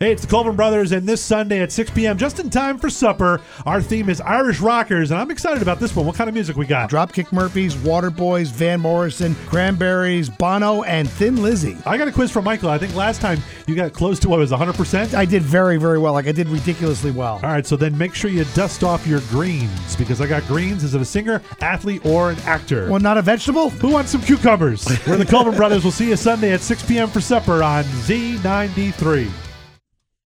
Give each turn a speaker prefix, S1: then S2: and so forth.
S1: Hey, it's the Colvin Brothers, and this Sunday at 6 p.m., just in time for supper, our theme is Irish Rockers, and I'm excited about this one. What kind of music we got?
S2: Dropkick Murphys, Waterboys, Van Morrison, Cranberries, Bono, and Thin Lizzy.
S1: I got a quiz from Michael. I think last time you got close to what was 100%.
S2: I did very, very well. Like, I did ridiculously well.
S1: All right, so then make sure you dust off your greens because I got greens. Is it a singer, athlete, or an actor?
S2: Well, not a vegetable?
S1: Who wants some cucumbers? We're the Colvin Brothers. We'll see you Sunday at 6 p.m. for supper on Z93.